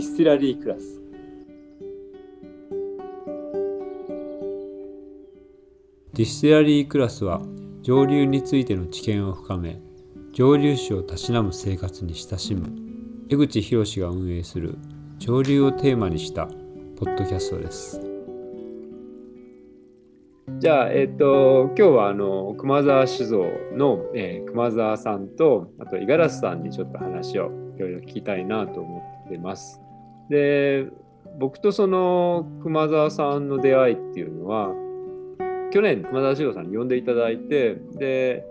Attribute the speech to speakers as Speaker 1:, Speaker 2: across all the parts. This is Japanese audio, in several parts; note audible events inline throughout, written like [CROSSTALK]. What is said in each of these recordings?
Speaker 1: スティラリークラス。ディスティラリークラスは上流についての知見を深め上流酒をたしなむ生活に親しむ江口博が運営する上流をテーマにしたポッドキャストですじゃあえっ、と今日はあの熊沢酒造の、えー熊沢さんとあと五十嵐さんにちょっと話をいろいろ聞きたいなと思ってますで僕とその熊沢さんの出会いっていうのは去年熊沢史郎さんに呼んでいただいてで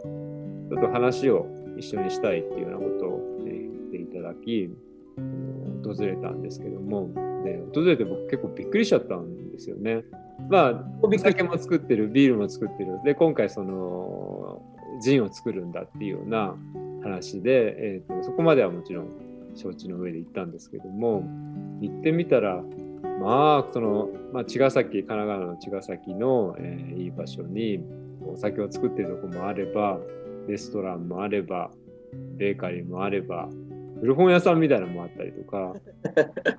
Speaker 1: ちょっと話を一緒にしたいっていうようなことを、ね、言っていただきうん訪れたんですけどもで訪れて僕結構びっくりしちゃったんですよね。まあお酒も作ってるビールも作ってるで今回そのジンを作るんだっていうような話で、えーとそこまではもちろん承知の上で行ったんですけども行ってみたらまあその、まあ、茅ヶ崎神奈川の茅ヶ崎の、えーいい場所にお酒を作ってるとこもあればレストランもあればベーカリーもあれば古本屋さんみたいなのもあったりとか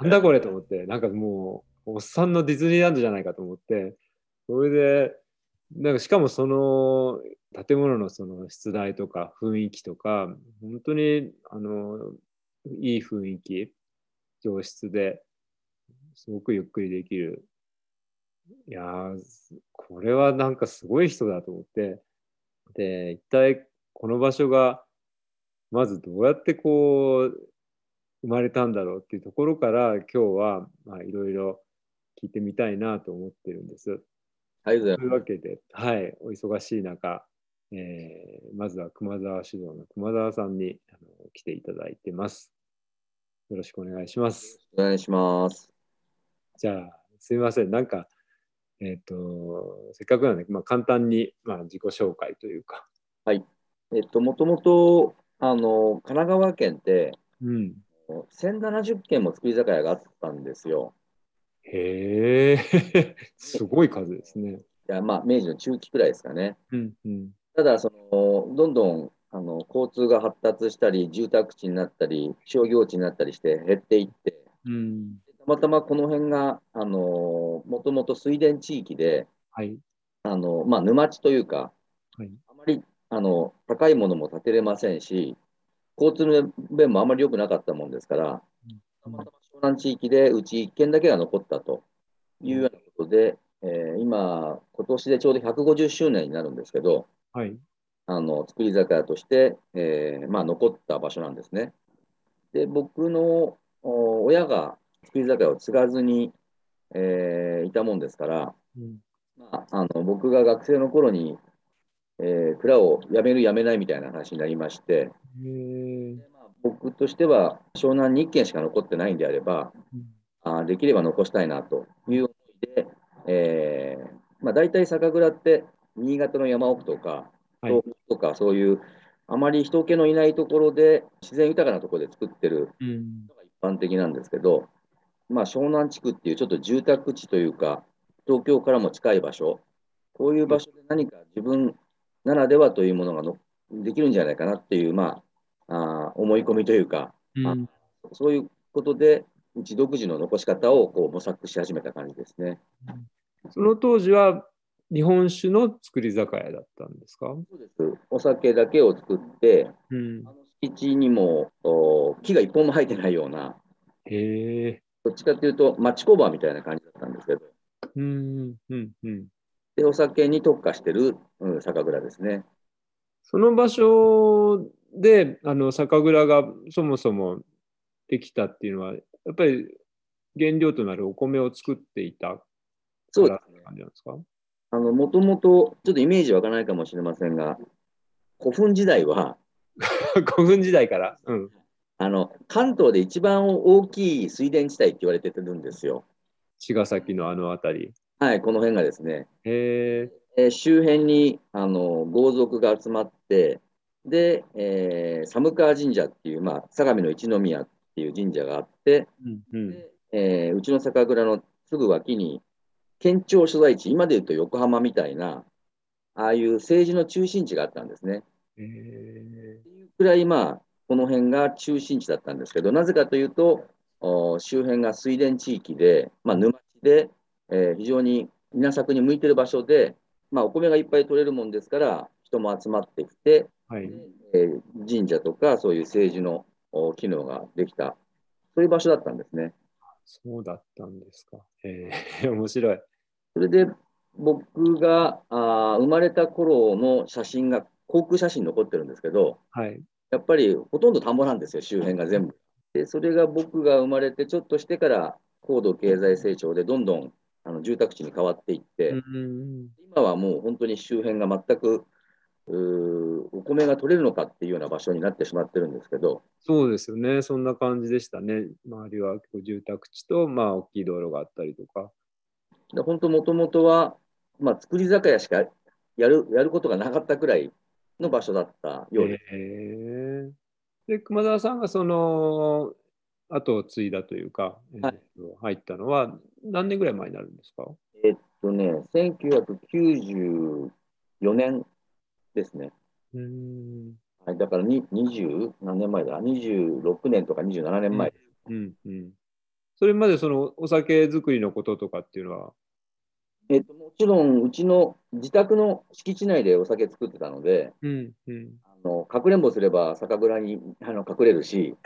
Speaker 1: なんだこれと思ってなんかもうおっさんのディズニーランドじゃないかと思ってそれでなんかしかもその建物のその出題とか雰囲気とか本当にあのいい雰囲気上質ですごくゆっくりできる。いやー、これはなんかすごい人だと思って、で、一体この場所が、まずどうやってこう、生まれたんだろうっていうところから、今日は、まあ、いろいろ聞いてみたいなと思ってるんです。
Speaker 2: ありがとう
Speaker 1: というわけで、はい、お忙しい中、えーまずは熊沢指導の熊沢さんにあの来ていただいてます。よろしくお願いします。
Speaker 2: ございます。お願いします。
Speaker 1: じゃあ、すみません。なんか、えっ、と、せっかくなんで、まあ、簡単に、まあ、自己紹介というか。
Speaker 2: えっと、もともと、あの、神奈川県って、
Speaker 1: うん。
Speaker 2: 1070軒も造り酒屋があったんですよ。
Speaker 1: へえ、 [LAUGHS] すごい数ですね。
Speaker 2: いや、まあ、明治の中期くらいですかね。
Speaker 1: うん、うん。
Speaker 2: ただ、その、どんどん、あの、交通が発達したり、住宅地になったり、商業地になったりして減っていって、
Speaker 1: うん。
Speaker 2: たまたまこの辺が、あの、もともと水田地域で、
Speaker 1: はい。
Speaker 2: あの、まあ、沼地というか、
Speaker 1: はい
Speaker 2: あまり、あの、高いものも建てれませんし、交通の便もあまり良くなかったもんですから、たまたま湘南地域でうち1軒だけが残ったというようなことで、えー今、今年でちょうど150周年になるんですけど、
Speaker 1: はい。
Speaker 2: あの作り酒屋として、えーまあ、残った場所なんですね。で、僕のお親が作り酒屋を継がずに、えーいたもんですから、
Speaker 1: うん。
Speaker 2: まあ、あの僕が学生の頃に、えー蔵を辞める辞めないみたいな話になりまして、
Speaker 1: へえ。
Speaker 2: まあ僕としては湘南に1軒しか残ってないんであれば、あーできれば残したいなという思いで、えーまあ、大体酒蔵って新潟の山奥とか、
Speaker 1: はい
Speaker 2: 東北とか、そういうあまり人気のいないところで、自然豊かなところで作ってる
Speaker 1: うん。
Speaker 2: のが一般的なんですけど、まあ、湘南地区っていうちょっと住宅地というか、東京からも近い場所、こういう場所で何か自分ならではというものがのできるんじゃないかなっていう、まあ、あー思い込みというか、
Speaker 1: うん。
Speaker 2: そういうことで、うち独自の残し方をこう模索し始めた感じですね。
Speaker 1: その当時は、日本酒の作り酒屋だったんですか
Speaker 2: そうですお酒だけを作って、
Speaker 1: うん
Speaker 2: あ。の敷地にもお木が一本も生えてないような、
Speaker 1: へえ。
Speaker 2: どっちかというと町工場みたいな感じだったんですけど、
Speaker 1: うん。うん。うん。
Speaker 2: でお酒に特化してる、うん、酒蔵ですね。
Speaker 1: その場所であの酒蔵がそもそもできたっていうのはやっぱり原料となるお米を作っていた
Speaker 2: そうですね。
Speaker 1: 感じなんですか
Speaker 2: あの、もともと、ちょっとイメージ湧かないかもしれませんが、古墳時代は、
Speaker 1: 古墳時代から。うん、
Speaker 2: あの、関東で一番大きい水田地帯って言われてるんですよ。
Speaker 1: 茅ヶ崎のあの辺り。
Speaker 2: はい、この辺がですね。
Speaker 1: へえ。
Speaker 2: えー周辺にあの豪族が集まって、で、えー寒川神社っていう、まあ、相模の一宮っていう神社があって、
Speaker 1: うんうん
Speaker 2: でえーうちの酒蔵のすぐ脇に、県庁所在地、今で言うと横浜みたいな、ああいう政治の中心地があったんですね。
Speaker 1: へえ
Speaker 2: くらい、まあ、この辺が中心地だったんですけど、なぜかというと、おお周辺が水田地域で、まあ、沼地で、えー非常に稲作に向いてる場所で、まあ、お米がいっぱい取れるもんですから、人も集まってきて、
Speaker 1: はい。
Speaker 2: えー神社とかそういう政治のお機能ができた、そういう場所だったんですね。
Speaker 1: そうだったんですか。えー、 [LAUGHS] 面白い。
Speaker 2: それで僕があー生まれた頃の写真が航空写真残ってるんですけど、
Speaker 1: はい。
Speaker 2: やっぱりほとんど田んぼなんですよ、周辺が全部。で、それが僕が生まれてちょっとしてから高度経済成長でどんどんあの住宅地に変わっていって、
Speaker 1: うん。
Speaker 2: 今はもう本当に周辺が全くうーお米が取れるのかっていうような場所になってしまってるんですけど、
Speaker 1: そうですよね。そんな感じでしたね。周りは結構住宅地と、まあ、大きい道路があったりとか。
Speaker 2: で本当もともとは、まあ、造り酒屋しかやるやることがなかったくらいの場所だったようです。
Speaker 1: えーで、熊澤さんがその後を継いだというか、えーと入ったのは何年ぐらい前になるんですか
Speaker 2: とね、1994年ですね。
Speaker 1: うん。
Speaker 2: はい、だからに20何年前だ ?26 年とか27年前、
Speaker 1: うんうん。それまでそのお酒作りのこととかっていうのは、
Speaker 2: えっと。もちろん、うちの自宅の敷地内でお酒作ってたので、
Speaker 1: うんうん。
Speaker 2: あのかくれんぼすれば酒蔵にあの隠れるし、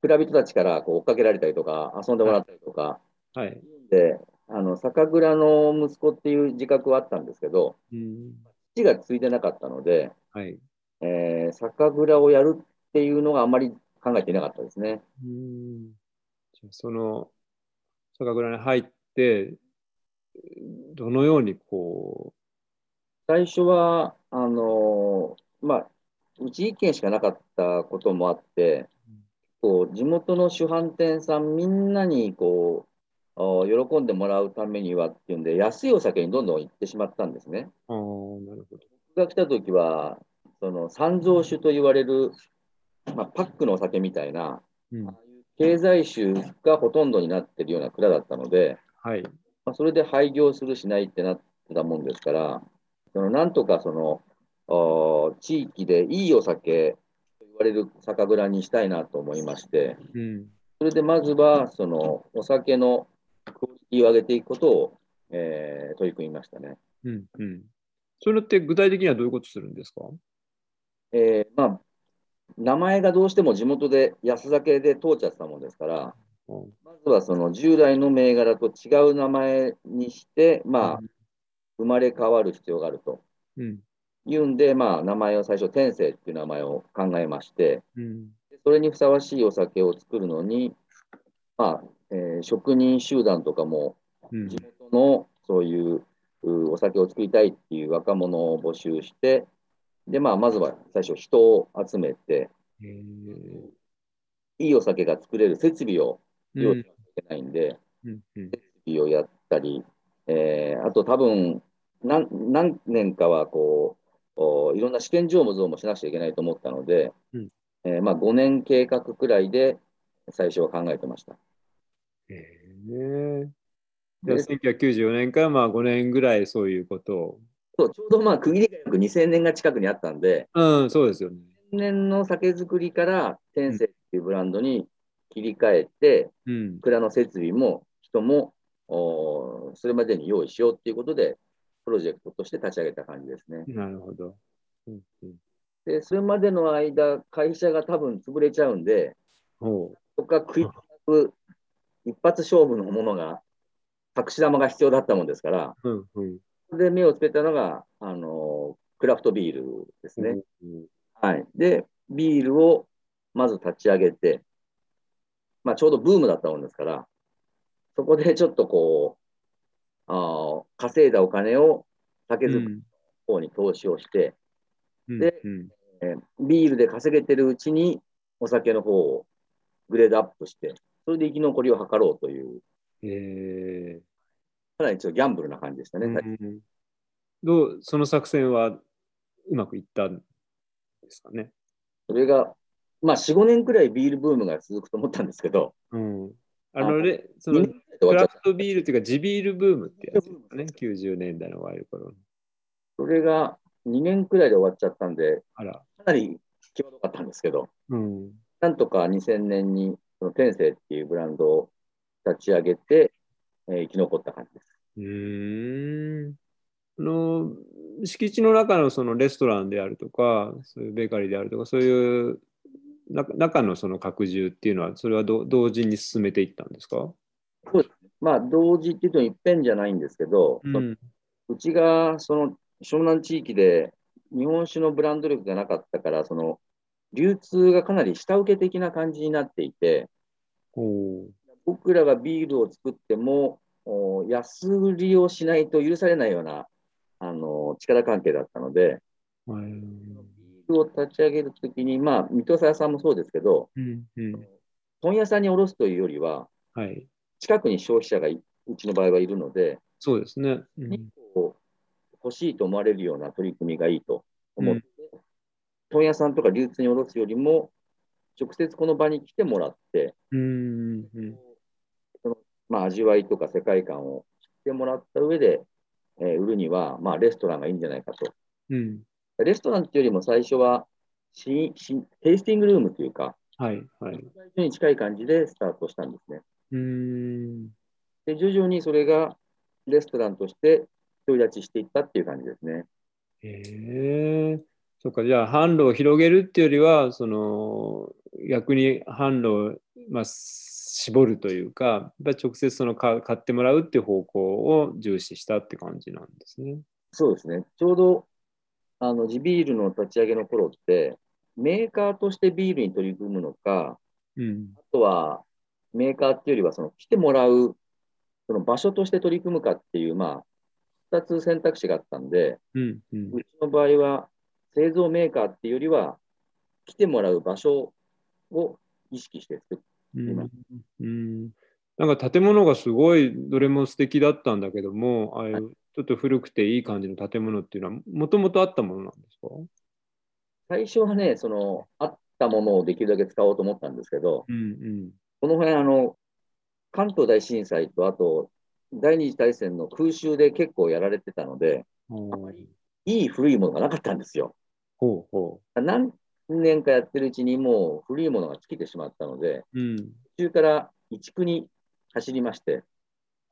Speaker 2: 蔵人たちからこう追っかけられたりとか、遊んでもらったりとか、
Speaker 1: [LAUGHS] はい。
Speaker 2: であの酒蔵の息子っていう自覚はあったんですけど、
Speaker 1: うん。
Speaker 2: 父が継いでなかったので、
Speaker 1: はい。
Speaker 2: えー酒蔵をやるっていうのがあんまり考えていなかったですね。
Speaker 1: うん。じゃあその酒蔵に入って、どのようにこ
Speaker 2: 最初は、あのーまあ、うち1軒しかなかったこともあって
Speaker 1: うん、
Speaker 2: こう地元の主販店さんみんなにこうあー喜んでもらうためにはっていうんで、安いお酒にどんどん行ってしまったんですね。
Speaker 1: う、ああ、なるほど。
Speaker 2: 僕が来た時は、その三蔵酒と言われる、まあ、パックのお酒みたいな、
Speaker 1: うん。
Speaker 2: 経済酒がほとんどになってるような蔵だったので、
Speaker 1: はい。
Speaker 2: まあ、それで廃業するしないってなってたもんですから、そのなんとかそのあー地域でいいお酒と言われる酒蔵にしたいなと思いまして、
Speaker 1: うん。
Speaker 2: それでまずはそのお酒のクオリティを上げていくことを、えー取り組みましたね。
Speaker 1: うんうん。それって具体的にはどういうことするんですか
Speaker 2: えーまあ、名前がどうしても地元で安酒で通っちゃってたもんですから、
Speaker 1: うん
Speaker 2: まずはその従来の銘柄と違う名前にして、まあ、生まれ変わる必要があると。
Speaker 1: うん。
Speaker 2: いうんで、まあ、名前を最初、天聖っていう名前を考えまして、
Speaker 1: うん。
Speaker 2: でそれにふさわしいお酒を作るのに、まあえー職人集団とかも、
Speaker 1: うん
Speaker 2: 地元のそういううお酒を作りたいっていう若者を募集して、でまあ、まずは最初、人を集めて、
Speaker 1: へー
Speaker 2: いいお酒が作れる設備を
Speaker 1: う
Speaker 2: 用意
Speaker 1: ん
Speaker 2: しなきゃいけないんで、
Speaker 1: うんうん
Speaker 2: 設備をやったり、えーあと多分何何年かはこうおいろんな試験場も像もしなくちゃいけないと思ったので、
Speaker 1: うん
Speaker 2: えーまあ、5年計画くらいで最初は考えてました。
Speaker 1: へーじゃあ1994年からまあ5年ぐらいそういうことを。
Speaker 2: そうちょうどまあ区切りが約2000年が近くにあったんで、
Speaker 1: うん、そうですよね。
Speaker 2: 2000年の酒造りから天聖っていうブランドに切り替えて、
Speaker 1: うん。
Speaker 2: 蔵の設備も人もおそれまでに用意しようっていうことで、プロジェクトとして立ち上げた感じですね。
Speaker 1: なるほど。うんうん、
Speaker 2: で、それまでの間、会社が多分潰れちゃうんで、
Speaker 1: ほ
Speaker 2: そこから食いつく一発勝負のものが、隠し玉が必要だったもんですから、
Speaker 1: う。うんうん。
Speaker 2: それで目をつけたのが、あのクラフトビールですね。
Speaker 1: うん
Speaker 2: はい。で、ビールをまず立ち上げて、まあ、ちょうどブームだったもんですから、そこでちょっとこう、あー稼いだお金を酒
Speaker 1: う
Speaker 2: 造りの
Speaker 1: ん。
Speaker 2: 方に投資をして、
Speaker 1: うん
Speaker 2: で
Speaker 1: うん
Speaker 2: えービールで稼げてるうちに、お酒の方をグレードアップして、それで生き残りを図ろうという、
Speaker 1: え
Speaker 2: かなりちょっとギャンブルな感じでした
Speaker 1: ー
Speaker 2: ね。
Speaker 1: うんどう、その作戦はうまくいったんですかね。
Speaker 2: それが、まあ、4、5年くらいビールブームが続くと思ったんですけど、
Speaker 1: うん。あのね、その
Speaker 2: 2年くらいで終
Speaker 1: ク
Speaker 2: わっ
Speaker 1: ラ
Speaker 2: ちゃ
Speaker 1: フ
Speaker 2: った。
Speaker 1: トビールっていうか、地ビールブームってやつですかね、90年代の終わり頃に。
Speaker 2: それが2年くらいで終わっちゃったんで、
Speaker 1: あら。
Speaker 2: かなり際どかったんですけど、
Speaker 1: うん。
Speaker 2: なんとか2000年にその天性っていうブランドを立ち上げて、えー生き残った感じです。
Speaker 1: うーん。あの、敷地の中のそのレストランであるとか、そういうベーカリーであるとか、そういうな中のその拡充っていうのは、それはど同時に進めていったんですか
Speaker 2: まあ、同時っていうと一遍じゃないんですけど、その
Speaker 1: ん。
Speaker 2: うちがその湘南地域で日本酒のブランド力がなかったから、その流通がかなり下請け的な感じになっていて、
Speaker 1: おー
Speaker 2: 僕らがビールを作っても、お安売りをしないと許されないようなあの力関係だったので、
Speaker 1: はい
Speaker 2: ビールを立ち上げるときに、まあ、水戸屋さんもそうですけど、
Speaker 1: うんうん
Speaker 2: 問屋さんに卸すというよりは、
Speaker 1: はい。
Speaker 2: 近くに消費者がいいうちの場合はいるので、
Speaker 1: そうですね。うん
Speaker 2: 日光を欲しいと思われるような取り組みがいいと思って、問屋さんとか流通に卸すよりも、直接この場に来てもらって、
Speaker 1: うんうんうん
Speaker 2: そのまあ、味わいとか世界観を知ってもらった上で、えー売るには、まあ、レストランがいいんじゃないかと。
Speaker 1: うん。
Speaker 2: レストランっていうよりも最初はしし、テイスティングルームというか、
Speaker 1: はいはい。
Speaker 2: 最初に近い感じでスタートしたんですね。
Speaker 1: うーん。
Speaker 2: で、徐々にそれがレストランとして独り立ちしていったっていう感じですね。
Speaker 1: へえそっか、じゃあ販路を広げるっていうよりは、その逆に販路を、まあ、絞るというか、やっぱり直接そのか買ってもらうっていう方向を重視したって感じなんですね。
Speaker 2: そうですね。ちょうど、あの、地ビールの立ち上げの頃って、メーカーとしてビールに取り組むのか、
Speaker 1: うん。
Speaker 2: あとは、メーカーっていうよりは、その、来てもらう、その場所として取り組むかっていう、まあ、2つ選択肢があったんで、
Speaker 1: うん。うん
Speaker 2: うちの場合は、製造メーカーっていうよりは、来てもらう場所を意識して作っ
Speaker 1: うんうんなんか建物がすごいどれも素敵だったんだけども、ああいうちょっと古くていい感じの建物っていうのは、もともとあったものなんですか
Speaker 2: 最初はね、その、あったものをできるだけ使おうと思ったんですけど、
Speaker 1: うん
Speaker 2: この辺、あの、関東大震災と、あと、第二次大戦の空襲で結構やられてたので、
Speaker 1: うん。
Speaker 2: あまりいい古いものがなかったんですよ。
Speaker 1: ほうほ
Speaker 2: 何年かやってるうちにもう古いものが尽きてしまったので、
Speaker 1: う。うん。
Speaker 2: 途中から移築に走りまして、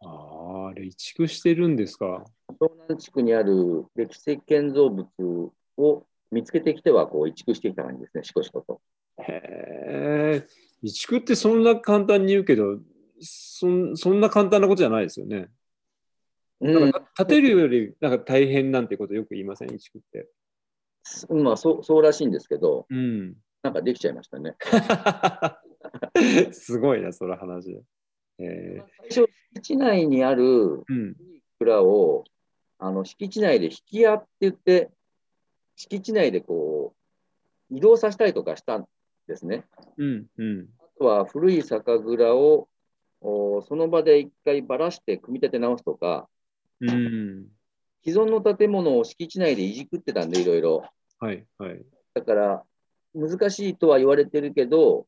Speaker 1: ああ、あれ、移築してるんですか。
Speaker 2: 湘南地区にある歴史的建造物を見つけてきては、こう、移築してきた感じですね、しこしこと。
Speaker 1: へえ、移築ってそんな簡単に言うけど、そんそんな簡単なことじゃないですよね。
Speaker 2: うん、
Speaker 1: なんか建てるよりなんか大変なんてことよく言いません、移築って。
Speaker 2: まあ、そう、そうらしいんですけど、
Speaker 1: うん。
Speaker 2: なんかできちゃいましたね。
Speaker 1: [LAUGHS] すごいな、その話。えー、
Speaker 2: 最初、敷地内にある
Speaker 1: うん。
Speaker 2: 蔵を、あの、敷地内で引き屋って言って、敷地内でこう、移動させたりとかしたんですね。
Speaker 1: うん。うん。
Speaker 2: あとは古い酒蔵を、おその場で一回ばらして組み立て直すとか、
Speaker 1: うん。
Speaker 2: 既存の建物を敷地内でいじくってたんで、いろいろ。
Speaker 1: はい。はい。
Speaker 2: だから、難しいとは言われてるけど、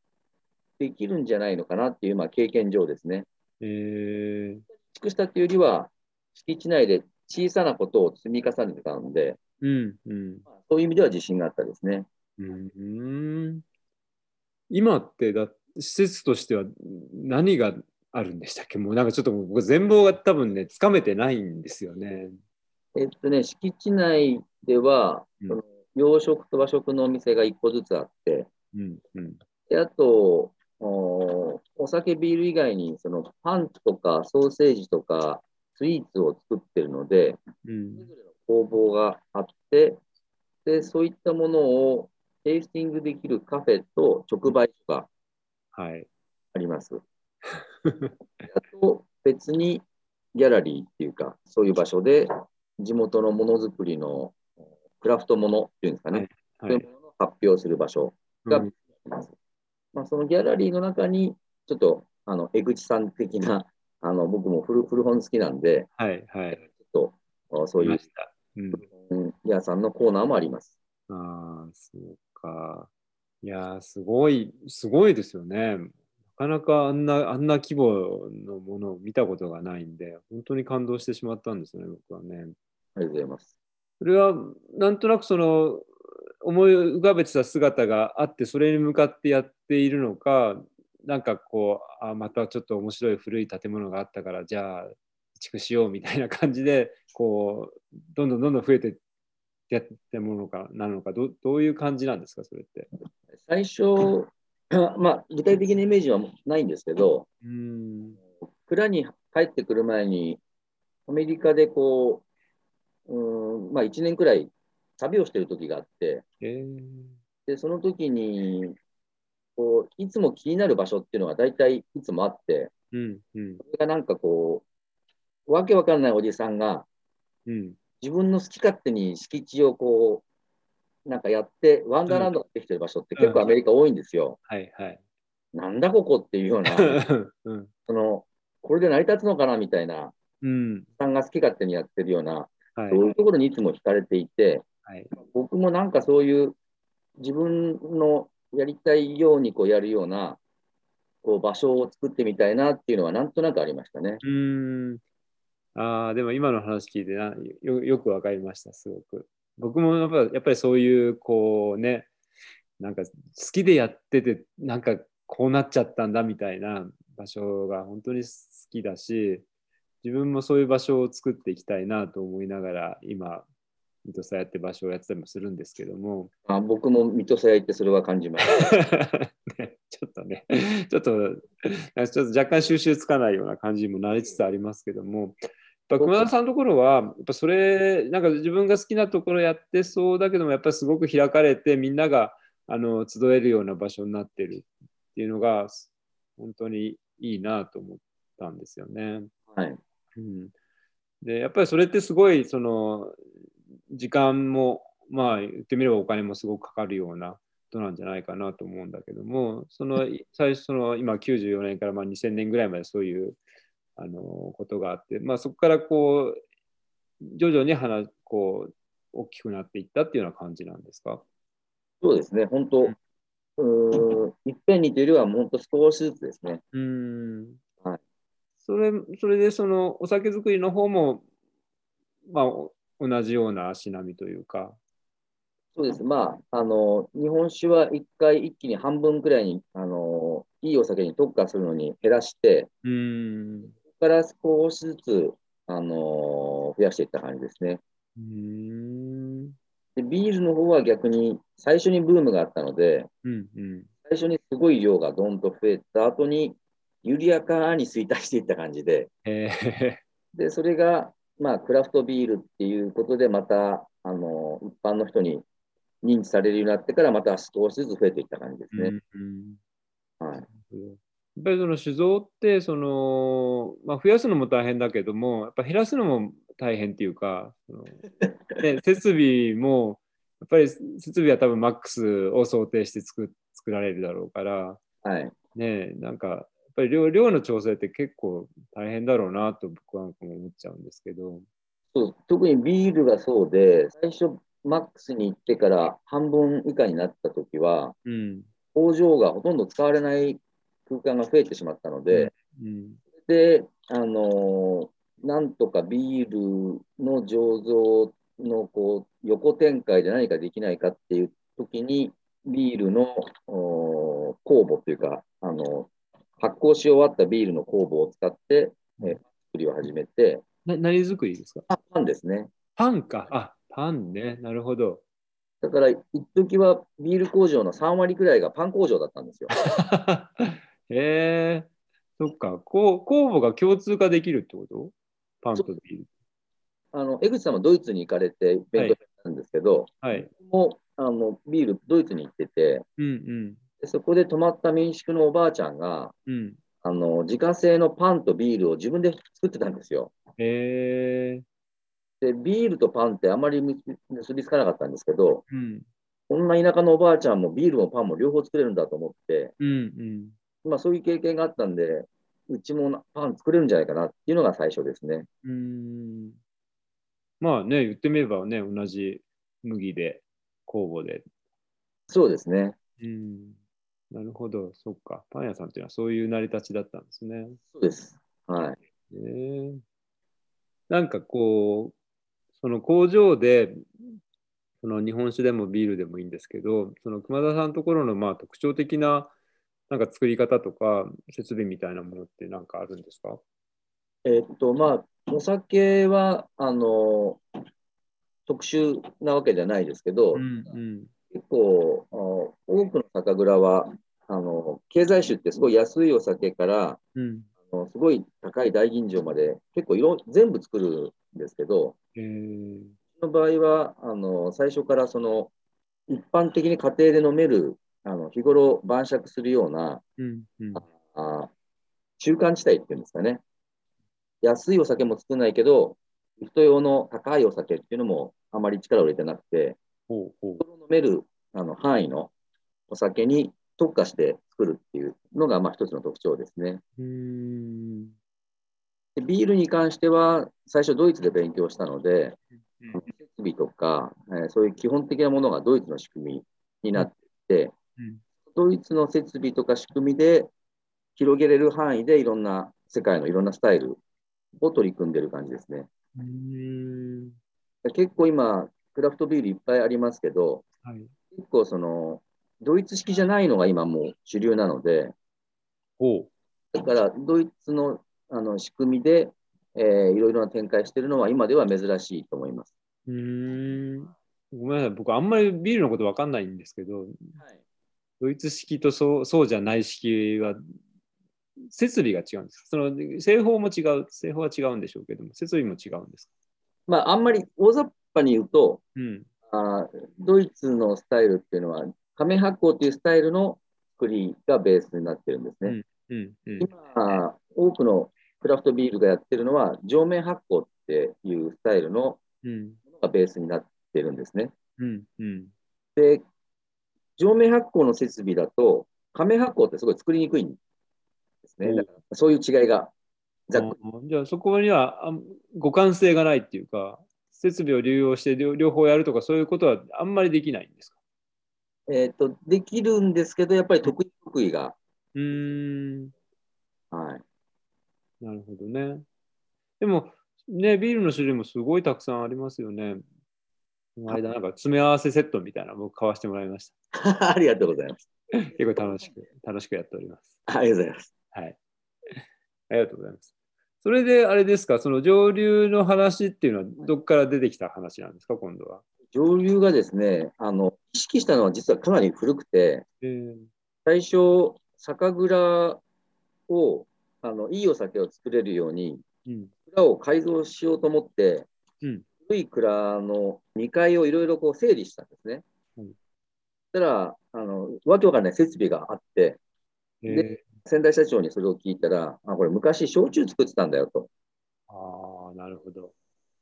Speaker 2: できるんじゃないのかなっていう、まあ、経験上ですね。
Speaker 1: えー、
Speaker 2: 移築したっていうよりは、敷地内で小さなことを積み重ねてたんで、
Speaker 1: うん。うん。
Speaker 2: まあそういう意味では自信があったですね。
Speaker 1: うん。今ってだ、施設としては何があるんでしたっけもうなんかちょっと僕全貌が多分ね、つかめてないんですよね。
Speaker 2: えっとね、敷地内では、
Speaker 1: うん
Speaker 2: その洋食と和食のお店が1個ずつあって、
Speaker 1: うんうん
Speaker 2: であと、おお酒、ビール以外に、そのパンとかソーセージとかスイーツを作ってるので、
Speaker 1: う
Speaker 2: それ
Speaker 1: ん
Speaker 2: ぞれの工房があって、で、そういったものをテイスティングできるカフェと直売所が
Speaker 1: はい。 [LAUGHS]
Speaker 2: あります。あと、別にギャラリーっていうか、そういう場所で、地元のものづくりのクラフトものっていうんですかね、 [LAUGHS]
Speaker 1: は
Speaker 2: そうい
Speaker 1: い。
Speaker 2: うものを発表する場所があります。まあ、そのギャラリーの中に、ちょっとあの江口さん的な、あの僕も古古本好きなんで、
Speaker 1: はいはい。
Speaker 2: ちょっとあそう
Speaker 1: い
Speaker 2: い
Speaker 1: ま
Speaker 2: う
Speaker 1: した。うん。
Speaker 2: うん屋さんのコーナーもあります。
Speaker 1: ああ、そうか。いやー、すごい、すごいですよね。なかなかあんな、あんな規模のものを見たことがないんで、本当に感動してしまったんですよね、僕はね。
Speaker 2: ありがとうございます。
Speaker 1: それは、なんとなくその、思い浮かべてた姿があって、それに向かってやっているのか、なんかこうあまたちょっと面白い古い建物があったからじゃあ移築しようみたいな感じでこうどんどんどんどん増えてやってものかなのかどうどういう感じなんですかそれって。
Speaker 2: 最初、まあ、具体的なイメージはないんですけど、
Speaker 1: うん
Speaker 2: 蔵に帰ってくる前に、アメリカでこう、うーんまあ、1年くらい旅をしてる時があって、
Speaker 1: えー
Speaker 2: でその時にこう、いつも気になる場所っていうのが大体いつもあって、
Speaker 1: うんうん
Speaker 2: それがなんかこう、わけわかんないおじさんが、
Speaker 1: うん
Speaker 2: 自分の好き勝手に敷地をこう、なんかやって、ワンダーランドができてる場所って結構アメリカ多いんですよ。
Speaker 1: はいはい。
Speaker 2: なんだここっていうような、
Speaker 1: [LAUGHS] うん
Speaker 2: その、これで成り立つのかなみたいな、
Speaker 1: うん
Speaker 2: さんが好き勝手にやってるような、
Speaker 1: はい
Speaker 2: そういうところにいつも惹かれていて、
Speaker 1: はい
Speaker 2: 僕もなんかそういう自分のやりたいようにこうやるようなこう場所を作ってみたいなっていうのはなんとなくありましたね。
Speaker 1: うーん。ああ、でも今の話聞いてなよよくわかりました、すごく。僕もやっぱやっぱりそういう、こうね、なんか好きでやってて、なんかこうなっちゃったんだみたいな場所が本当に好きだし、自分もそういう場所を作っていきたいなと思いながら、今、水戸さんやって場所をやってたりもするんですけども、
Speaker 2: あ僕も水戸さん行ってそれは感じ
Speaker 1: [LAUGHS]
Speaker 2: ました。
Speaker 1: ねちょっとね、ちょっと、なんかちょっと若干収集つかないような感じにもなりつつありますけども、やっぱ熊田さんのところは、やっぱそれ、なんか自分が好きなところやってそうだけども、やっぱりすごく開かれて、みんながあの集えるような場所になってるっていうのが、本当にいいなと思ったんですよね。
Speaker 2: はい、
Speaker 1: うん、でやっぱりそれってすごいその時間もまあ言ってみればお金もすごくかかるようなことなんじゃないかなと思うんだけどもそのい最初その今94年からまあ2000年ぐらいまでそういうあのことがあって、まあ、そこからこう徐々に話こう大きくなっていったっていうような感じなんですか
Speaker 2: そうですね、本当、うーんいっぺんにというよりはもう本当少しずつですね。
Speaker 1: うん
Speaker 2: はい
Speaker 1: それそれでそのお酒造りの方も、まあ、お同じような足並みというか。
Speaker 2: そうです、まあ、あの日本酒は一回一気に半分くらいにあのいいお酒に特化するのに減らして、
Speaker 1: うーん
Speaker 2: そこから少しずつ、あのー増やしていった感じですね
Speaker 1: うーん
Speaker 2: で。ビールの方は逆に最初にブームがあったので、
Speaker 1: うんうん
Speaker 2: 最初にすごい量がどんと増えた後に、緩やかに衰退していった感じで、
Speaker 1: へえ
Speaker 2: でそれが、まあ、クラフトビールっていうことで、また、あのー一般の人に認知されるようになってから、また少しずつ増えていった感じです
Speaker 1: う
Speaker 2: ね。
Speaker 1: んうん
Speaker 2: はい、
Speaker 1: やっぱりその酒造ってその、まあ、増やすのも大変だけどもやっぱ減らすのも大変っていうかその、 [LAUGHS] ね、設備もやっぱり設備は多分マックスを想定して作作られるだろうから
Speaker 2: はい
Speaker 1: ねなんかやっぱり量量の調整って結構大変だろうなと僕なんかも思っちゃうんですけど。
Speaker 2: そう特にビールがそうで、最初、マックスに行ってから半分以下になったときは、
Speaker 1: うん
Speaker 2: 工場がほとんど使われない空間が増えてしまったので、
Speaker 1: うん
Speaker 2: で、あのーなんとかビールの醸造のこう横展開で何かできないかっていう時に、ビールのおー酵母というか、あのー発酵し終わったビールの酵母を使って、えー作りを始めて、
Speaker 1: な何作りですか
Speaker 2: あパンですね。
Speaker 1: パンか。あ、パンね。なるほど。
Speaker 2: だから、一時はビール工場の3割くらいがパン工場だったんですよ。 [LAUGHS]
Speaker 1: [LAUGHS] へえ。そっか。こう酵母が共通化できるってことパンとビール。
Speaker 2: あの江口さんはドイツに行かれて勉強したんですけど、
Speaker 1: はい。
Speaker 2: もうあのビール、ドイツに行ってて、
Speaker 1: うん
Speaker 2: でそこで泊まった民宿のおばあちゃんが、
Speaker 1: うん。うん。
Speaker 2: あの自家製のパンとビールを自分で作ってたんですよ。
Speaker 1: へえ。
Speaker 2: で、ビールとパンってあまり結びつかなかったんですけど、
Speaker 1: うん。
Speaker 2: こんな田舎のおばあちゃんもビールもパンも両方作れるんだと思って、
Speaker 1: うんうん。
Speaker 2: まあ、そういう経験があったんで、うちもなパン作れるんじゃないかなっていうのが最初ですね。
Speaker 1: うーん。まあね、言ってみればね、同じ麦で、酵母で。
Speaker 2: そうですね。
Speaker 1: うん。なるほど。そっか。パン屋さんっていうのはそういう成り立ちだったんですね。
Speaker 2: そうです。はい。
Speaker 1: ねえなんかこうその工場でその日本酒でもビールでもいいんですけどその熊田さんのところのまあ特徴的ななんか作り方とか設備みたいなものってなんかあるんですか
Speaker 2: えっと、まあ、お酒は、あの、特殊なわけじゃないですけど、
Speaker 1: ん
Speaker 2: 結構、あの多くの酒蔵は、あの、経済酒ってすごい安いお酒から、
Speaker 1: うん。うん。
Speaker 2: あのすごい高い大吟醸まで、結構いろん、全部作るんですけど、
Speaker 1: えー、
Speaker 2: うちの場合は、あの、最初からその、一般的に家庭で飲める、あの、日頃晩酌するような、
Speaker 1: うん。うん。
Speaker 2: あー中間地帯っていうんですかね。安いお酒も作んないけど、ギフト用の高いお酒っていうのもあまり力を入れてなくて、
Speaker 1: ほうほう。
Speaker 2: 飲めるあの範囲のお酒に特化して作るっていうのが、まあ、一つの特徴ですね
Speaker 1: うーん。
Speaker 2: で。ビールに関しては、最初ドイツで勉強したので、設備とか、えーそういう基本的なものがドイツの仕組みになっていて、
Speaker 1: うん
Speaker 2: ドイツの設備とか仕組みで広げれる範囲でいろんな世界のいろんなスタイルを取り組んでる感じですね。
Speaker 1: うーん。
Speaker 2: で結構今、クラフトビールいっぱいありますけど、
Speaker 1: はい。
Speaker 2: 結構その、ドイツ式じゃないのが今もう主流なので、
Speaker 1: ほう。
Speaker 2: だからドイツのあの仕組みで、えーいろいろな展開してるのは今では珍しいと思います。
Speaker 1: うーん。ごめんなさい。僕、あんまりビールのことわかんないんですけど、ドイツ式とそうそうじゃない式は、設備が違うんですかその製法も違う、製法は違うんでしょうけども、設備も違うんですか
Speaker 2: まあ、あんまり大雑把に言うと、
Speaker 1: うん。
Speaker 2: あードイツのスタイルっていうのは、亀発酵っていうスタイルの作りがベースになってるんですね。
Speaker 1: うん。うん。
Speaker 2: 今、多くのクラフトビールがやってるのは、上面発酵っていうスタイルの
Speaker 1: うん。
Speaker 2: ものがベースになってるんですね。
Speaker 1: うん。うん。
Speaker 2: で、上面発酵の設備だと、亀発酵ってすごい作りにくいんですね。
Speaker 1: うん
Speaker 2: だからそういう違いが、ざっくり
Speaker 1: あじゃあそこにはあん互換性がないっていうか、設備を流用して両両方やるとか、そういうことはあんまりできないんですか
Speaker 2: えっとできるんですけど、やっぱり得意不得意が、
Speaker 1: うーん、
Speaker 2: はい、 [LAUGHS]
Speaker 1: なるほどね。でも、ね、ビールの種類もすごいたくさんありますよね。この間、なんか詰め合わせセットみたいなの僕買わせてもらいまし
Speaker 2: ありがとうございます。
Speaker 1: た。結構楽しく、楽しくやっております。
Speaker 2: ありがとうございます。
Speaker 1: はい。 [LAUGHS] ありがとうございます。それで、あれですか、その上流の話っていうのは、どっから出てきた話なんですか、今度は。
Speaker 2: 上流がですね、あの意識したのは実はかなり古くて、
Speaker 1: えー、
Speaker 2: 最初、酒蔵をあの、いいお酒を作れるように、
Speaker 1: うん。
Speaker 2: 蔵を改造しようと思って、
Speaker 1: うん
Speaker 2: 古い蔵の2階をいろいろこう整理したんですね。
Speaker 1: うん
Speaker 2: そしたらあの、わけわかんない設備があって、
Speaker 1: え
Speaker 2: で先代社長にそれを聞いたら、あこれ、昔、焼酎作ってたんだよと。
Speaker 1: ああ、なるほど。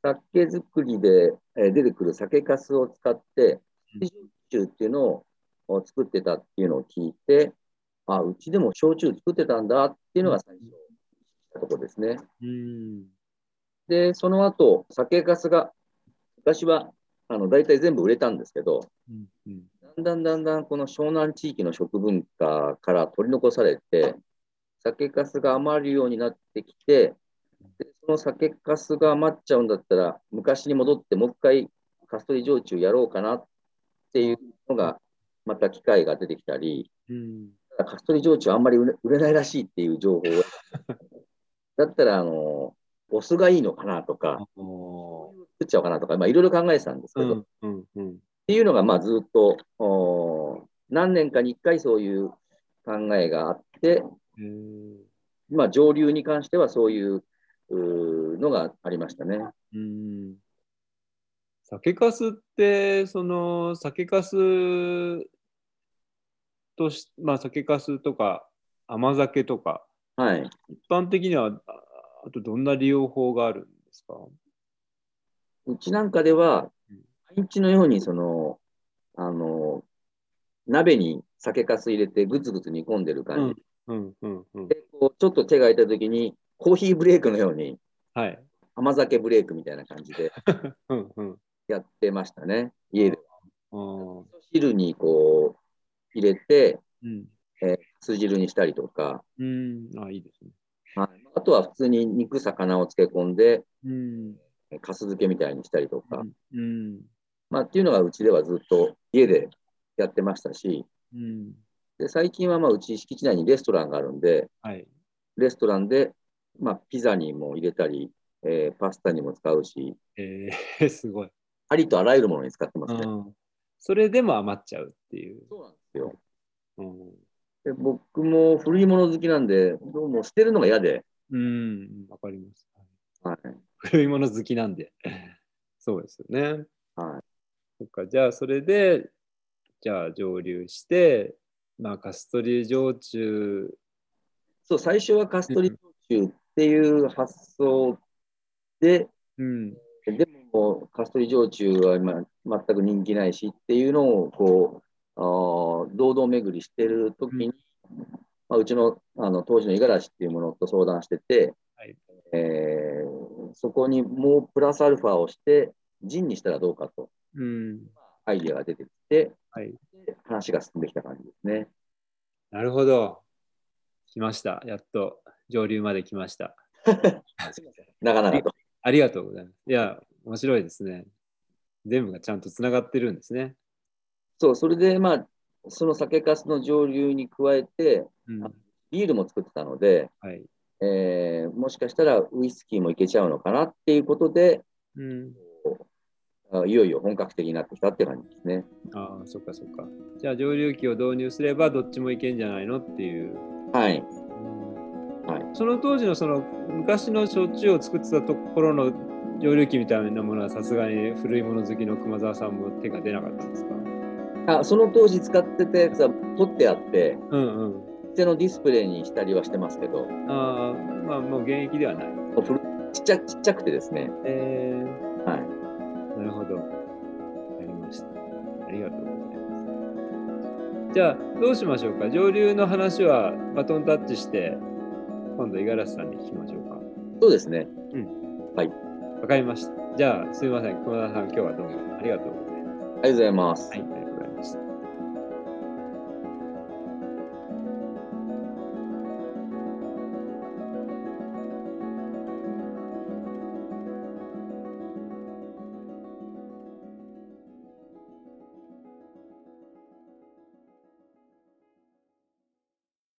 Speaker 2: 酒造りでえー出てくる酒粕を使って、
Speaker 1: うん
Speaker 2: 焼酎っていうのを作ってたっていうのを聞いて、あ、うちでも焼酎作ってたんだっていうのが最初のとこですね。
Speaker 1: うん。
Speaker 2: で、その後、酒粕が、昔はあの大体全部売れたんですけど、
Speaker 1: うん。うん。
Speaker 2: だんだんだんだんこの湘南地域の食文化から取り残されて、酒粕が余るようになってきて、でその酒粕が余っちゃうんだったら、昔に戻ってもう一回カストリ焼酎やろうかなっていうのが、また機会が出てきたり、
Speaker 1: うん。
Speaker 2: ただカストリ焼酎あんまり売れ売れないらしいっていう情報がだったら、あの、お酢がいいのかなとか、
Speaker 1: お
Speaker 2: 作っちゃおうかなとか、まあいろいろ考えてたんですけ
Speaker 1: う
Speaker 2: ど、
Speaker 1: ん。うん。うん。
Speaker 2: っていうのが、まあ、ずっと、おー何年かに1回そういう考えがあって、
Speaker 1: えー
Speaker 2: まあ、上流に関してはそういううーのがありましたね。
Speaker 1: うん。酒かすって、その、酒かすとし、まあ、酒かすとか、甘酒とか、
Speaker 2: はい。
Speaker 1: 一般的には、ああとどんな利用法があるんですか
Speaker 2: うちなんかでは
Speaker 1: うん、
Speaker 2: 毎日のように、その、あの、鍋に酒粕入れてぐつぐつ煮込んでる感じ
Speaker 1: うん。うん。うん。
Speaker 2: で、こうちょっと手が空いた時に、コーヒーブレイクのように、
Speaker 1: はい。
Speaker 2: 甘酒ブレイクみたいな感じで
Speaker 1: うん。うん。
Speaker 2: やってましたね。家で。
Speaker 1: あー
Speaker 2: 汁にこう、入れて、
Speaker 1: うん。
Speaker 2: 酢汁にしたりとか、
Speaker 1: うん。あ、いいですね。
Speaker 2: はい、あとは普通に肉、魚を漬け込んで、
Speaker 1: うん。
Speaker 2: えかす漬けみたいにしたりとか、
Speaker 1: うん。
Speaker 2: まあ、っていうのがうちではずっと家でやってましたし、
Speaker 1: うん。
Speaker 2: で最近はまあうち敷地内にレストランがあるんで、
Speaker 1: はい。
Speaker 2: レストランで、まあ、ピザにも入れたり、えーパスタにも使うし、
Speaker 1: えー、 [LAUGHS] すごい。
Speaker 2: ありとあらゆるものに使ってますね。
Speaker 1: うん。それでも余っちゃうっていう。
Speaker 2: そうなんですよ
Speaker 1: うん。
Speaker 2: で僕も古いもの好きなんで、どうも捨てるのが嫌で、
Speaker 1: うん、わかります。
Speaker 2: はい
Speaker 1: 古いもの好きなんで。 [LAUGHS] そうですよね。
Speaker 2: はい
Speaker 1: そっか、じゃあそれで、じゃあ蒸留して、まあカストリー焼酎、
Speaker 2: そう最初はカストリー焼酎っていう発想で、
Speaker 1: うん、
Speaker 2: でもカストリー焼酎は今全く人気ないしっていうのをこうあー堂々巡りしてる時に、うまあ、うちのあの当時の五十嵐っていうものと相談してて、
Speaker 1: はい
Speaker 2: えーそこにもうプラスアルファをしてジンにしたらどうかと
Speaker 1: うん、
Speaker 2: アイデアが出てきて、
Speaker 1: はい
Speaker 2: で話が進んできた感じですね。
Speaker 1: なるほど。来ました。やっと上流まで来ました。
Speaker 2: なかなかと。
Speaker 1: ありがとうございます。いや、面白いですね。全部がちゃんとつながってるんですね。
Speaker 2: そう、それでまあ、その酒粕の蒸留に加えて、
Speaker 1: うん、は
Speaker 2: ビールも作ってたので、
Speaker 1: い。
Speaker 2: えーもしかしたらウイスキーもいけちゃうのかなっていうことで、
Speaker 1: うん、
Speaker 2: あいよいよ本格的になってきたって感じですね。
Speaker 1: ああ、そっかそっか。じゃあ上流機を導入すればどっちもいけんじゃないのっていう。
Speaker 2: はい。
Speaker 1: はい、その当時のその昔の焼酎を作ってたところの蒸留機みたいなものはさすがに古いもの好きの熊沢さんも手が出なかったんですか
Speaker 2: あその当時使ってたやつは取ってあって、
Speaker 1: うんうん。
Speaker 2: 店のディスプレイにしたりはしてますけど、
Speaker 1: ああ、まあもう現役ではない。
Speaker 2: 古ちっちゃちっちゃくてですね。
Speaker 1: え
Speaker 2: は
Speaker 1: ー、
Speaker 2: い。
Speaker 1: なるほど。わかりました。ありがとうございます。じゃあどうしましょうか上流の話はバトンタッチして今度五十嵐さんに聞きましょうか。
Speaker 2: そうですね。
Speaker 1: わかりました。じゃあすみません。熊田さん今日はどうもありがとうございます。
Speaker 2: ありがとうございます。
Speaker 1: はい